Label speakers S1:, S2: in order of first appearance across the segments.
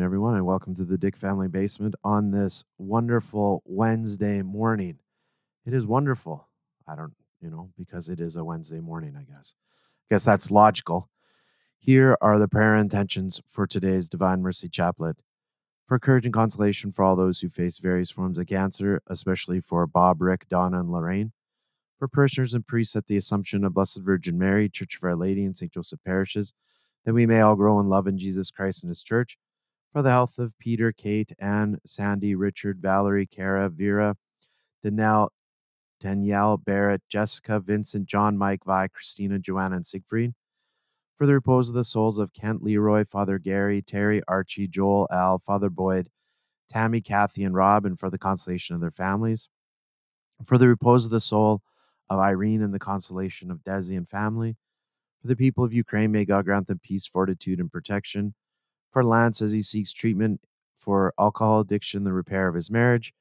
S1: welcome to the Dick Family Basement on this wonderful Wednesday morning. It is wonderful. I don't, you know, because it is a Wednesday morning, I guess. I guess that's logical. Here are the prayer intentions for today's Divine Mercy Chaplet for courage and consolation for all those who face various forms of cancer, especially for Bob, Rick, Donna, and Lorraine, for parishioners and priests at the Assumption of Blessed Virgin Mary, Church of Our Lady, and St. Joseph parishes, that we may all grow in love in Jesus Christ and His Church, for the health of Peter, Kate, Anne, Sandy, Richard, Valerie, Kara, Vera, Danelle, Danielle, Barrett, Jessica, Vincent, John, Mike, Vi, Christina, Joanna, and Siegfried for the repose of the souls of Kent Leroy, Father Gary, Terry, Archie, Joel, Al, Father Boyd, Tammy, Kathy, and Rob, and for the consolation of their families, for the repose of the soul of Irene and the consolation of Desi and family, for the people of Ukraine, may God grant them peace, fortitude, and protection, for Lance as he seeks treatment for alcohol addiction, the repair of his marriage,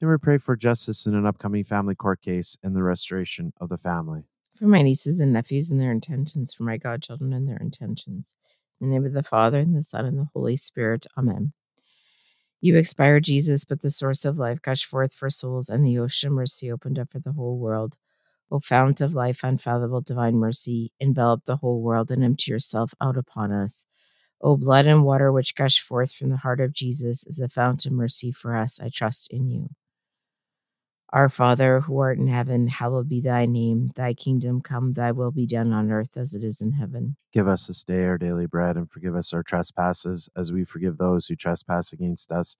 S1: and we pray for justice in an upcoming family court case and the restoration of the family.
S2: for my nieces and nephews and their intentions, for my godchildren and their intentions. In the name of the Father, and the Son, and the Holy Spirit. Amen. You expire, Jesus, but the source of life gush forth for souls, and the ocean of mercy opened up for the whole world. O fount of life, unfathomable divine mercy, envelop the whole world and empty yourself out upon us. O blood and water which gush forth from the heart of Jesus is a fount of mercy for us. I trust in you. Our Father, who art in heaven, hallowed be thy name. Thy kingdom come, thy will be done on earth as it is in heaven.
S1: Give us this day our daily bread, and forgive us our trespasses, as we forgive those who trespass against us.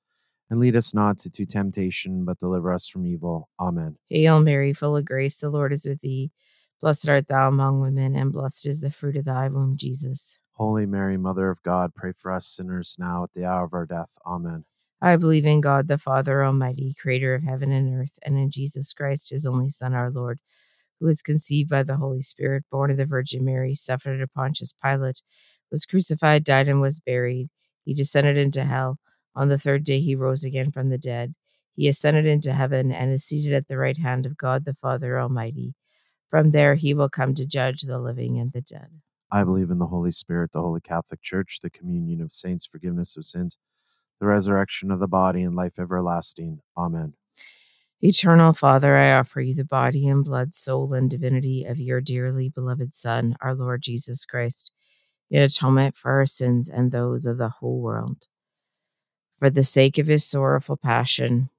S1: And lead us not into temptation, but deliver us from evil. Amen.
S2: Hail Mary, full of grace, the Lord is with thee. Blessed art thou among women, and blessed is the fruit of thy womb, Jesus.
S1: Holy Mary, Mother of God, pray for us sinners now at the hour of our death. Amen.
S2: I believe in God, the Father Almighty, creator of heaven and earth, and in Jesus Christ, his only Son, our Lord, who was conceived by the Holy Spirit, born of the Virgin Mary, suffered under Pontius Pilate, was crucified, died, and was buried. He descended into hell. On the third day, he rose again from the dead. He ascended into heaven and is seated at the right hand of God, the Father Almighty. From there, he will come to judge the living and the dead.
S1: I believe in the Holy Spirit, the Holy Catholic Church, the communion of saints, forgiveness of sins, the resurrection of the body, and life everlasting. Amen.
S2: Eternal Father, I offer you the body and blood, soul and divinity of your dearly beloved Son, our Lord Jesus Christ, in atonement for our sins and those of the whole world. For the sake of his sorrowful passion,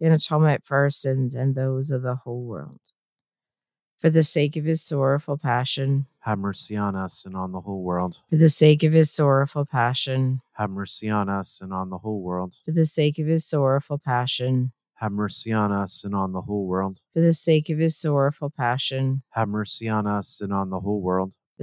S2: in atonement for our sins and those of the whole world. For the sake of his sorrowful passion,
S1: Have mercy on us and on the whole world.
S2: for the sake of his sorrowful passion,
S1: Have mercy on us and on the whole world.
S2: for the sake of his sorrowful passion,
S1: Have mercy on us and on the whole world.
S2: for the sake of his sorrowful passion,
S1: Have mercy on us and on the whole world.
S2: for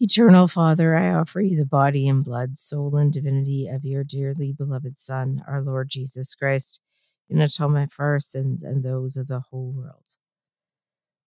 S2: Eternal Father, I offer you the body and blood, soul and divinity of your dearly beloved Son, our Lord Jesus Christ, in atonement for our sins and those of the whole world.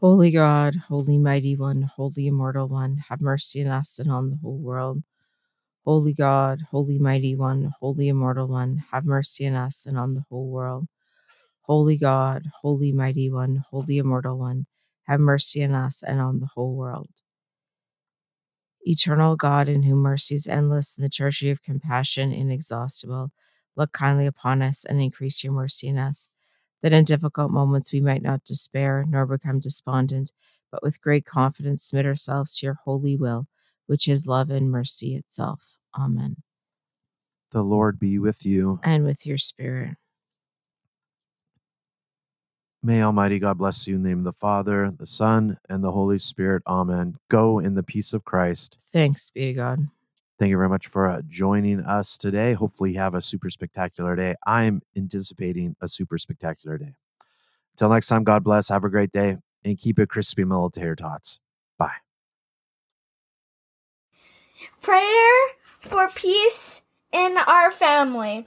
S2: Holy God, holy mighty one, holy immortal one, have mercy on us and on the whole world. Holy God, holy mighty one, holy immortal one, have mercy on us and on the whole world. Holy God, holy mighty one, holy immortal one, have mercy on us and on the whole world. Eternal God, in whom mercy is endless and the treasury of compassion inexhaustible, look kindly upon us and increase your mercy in us, that in difficult moments we might not despair nor become despondent, but with great confidence submit ourselves to your holy will, which is love and mercy itself. Amen.
S1: The Lord be with you.
S2: And with your spirit.
S1: May Almighty God bless you in the name of the Father, the Son, and the Holy Spirit. Amen. Go in the peace of Christ.
S2: Thanks be to God.
S1: Thank you very much for uh, joining us today. Hopefully, you have a super spectacular day. I'm anticipating a super spectacular day. Until next time, God bless. Have a great day and keep it crispy, military tots. Bye.
S3: Prayer for peace in our family.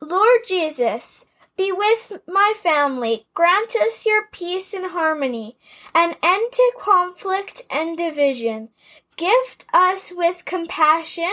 S3: Lord Jesus, be with my family. Grant us your peace and harmony, an end to conflict and division. Gift us with compassion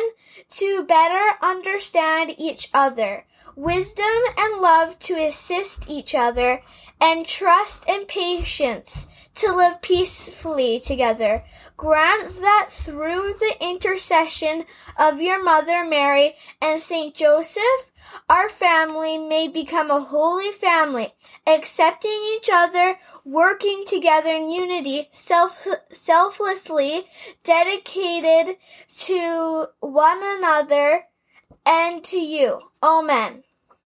S3: to better understand each other, wisdom and love to assist each other, and trust and patience to live peacefully together. Grant that through the intercession of your Mother Mary and Saint Joseph, our family may become a holy family, accepting each other, working together in unity, self- selflessly, dedicated to one another and to you. Amen.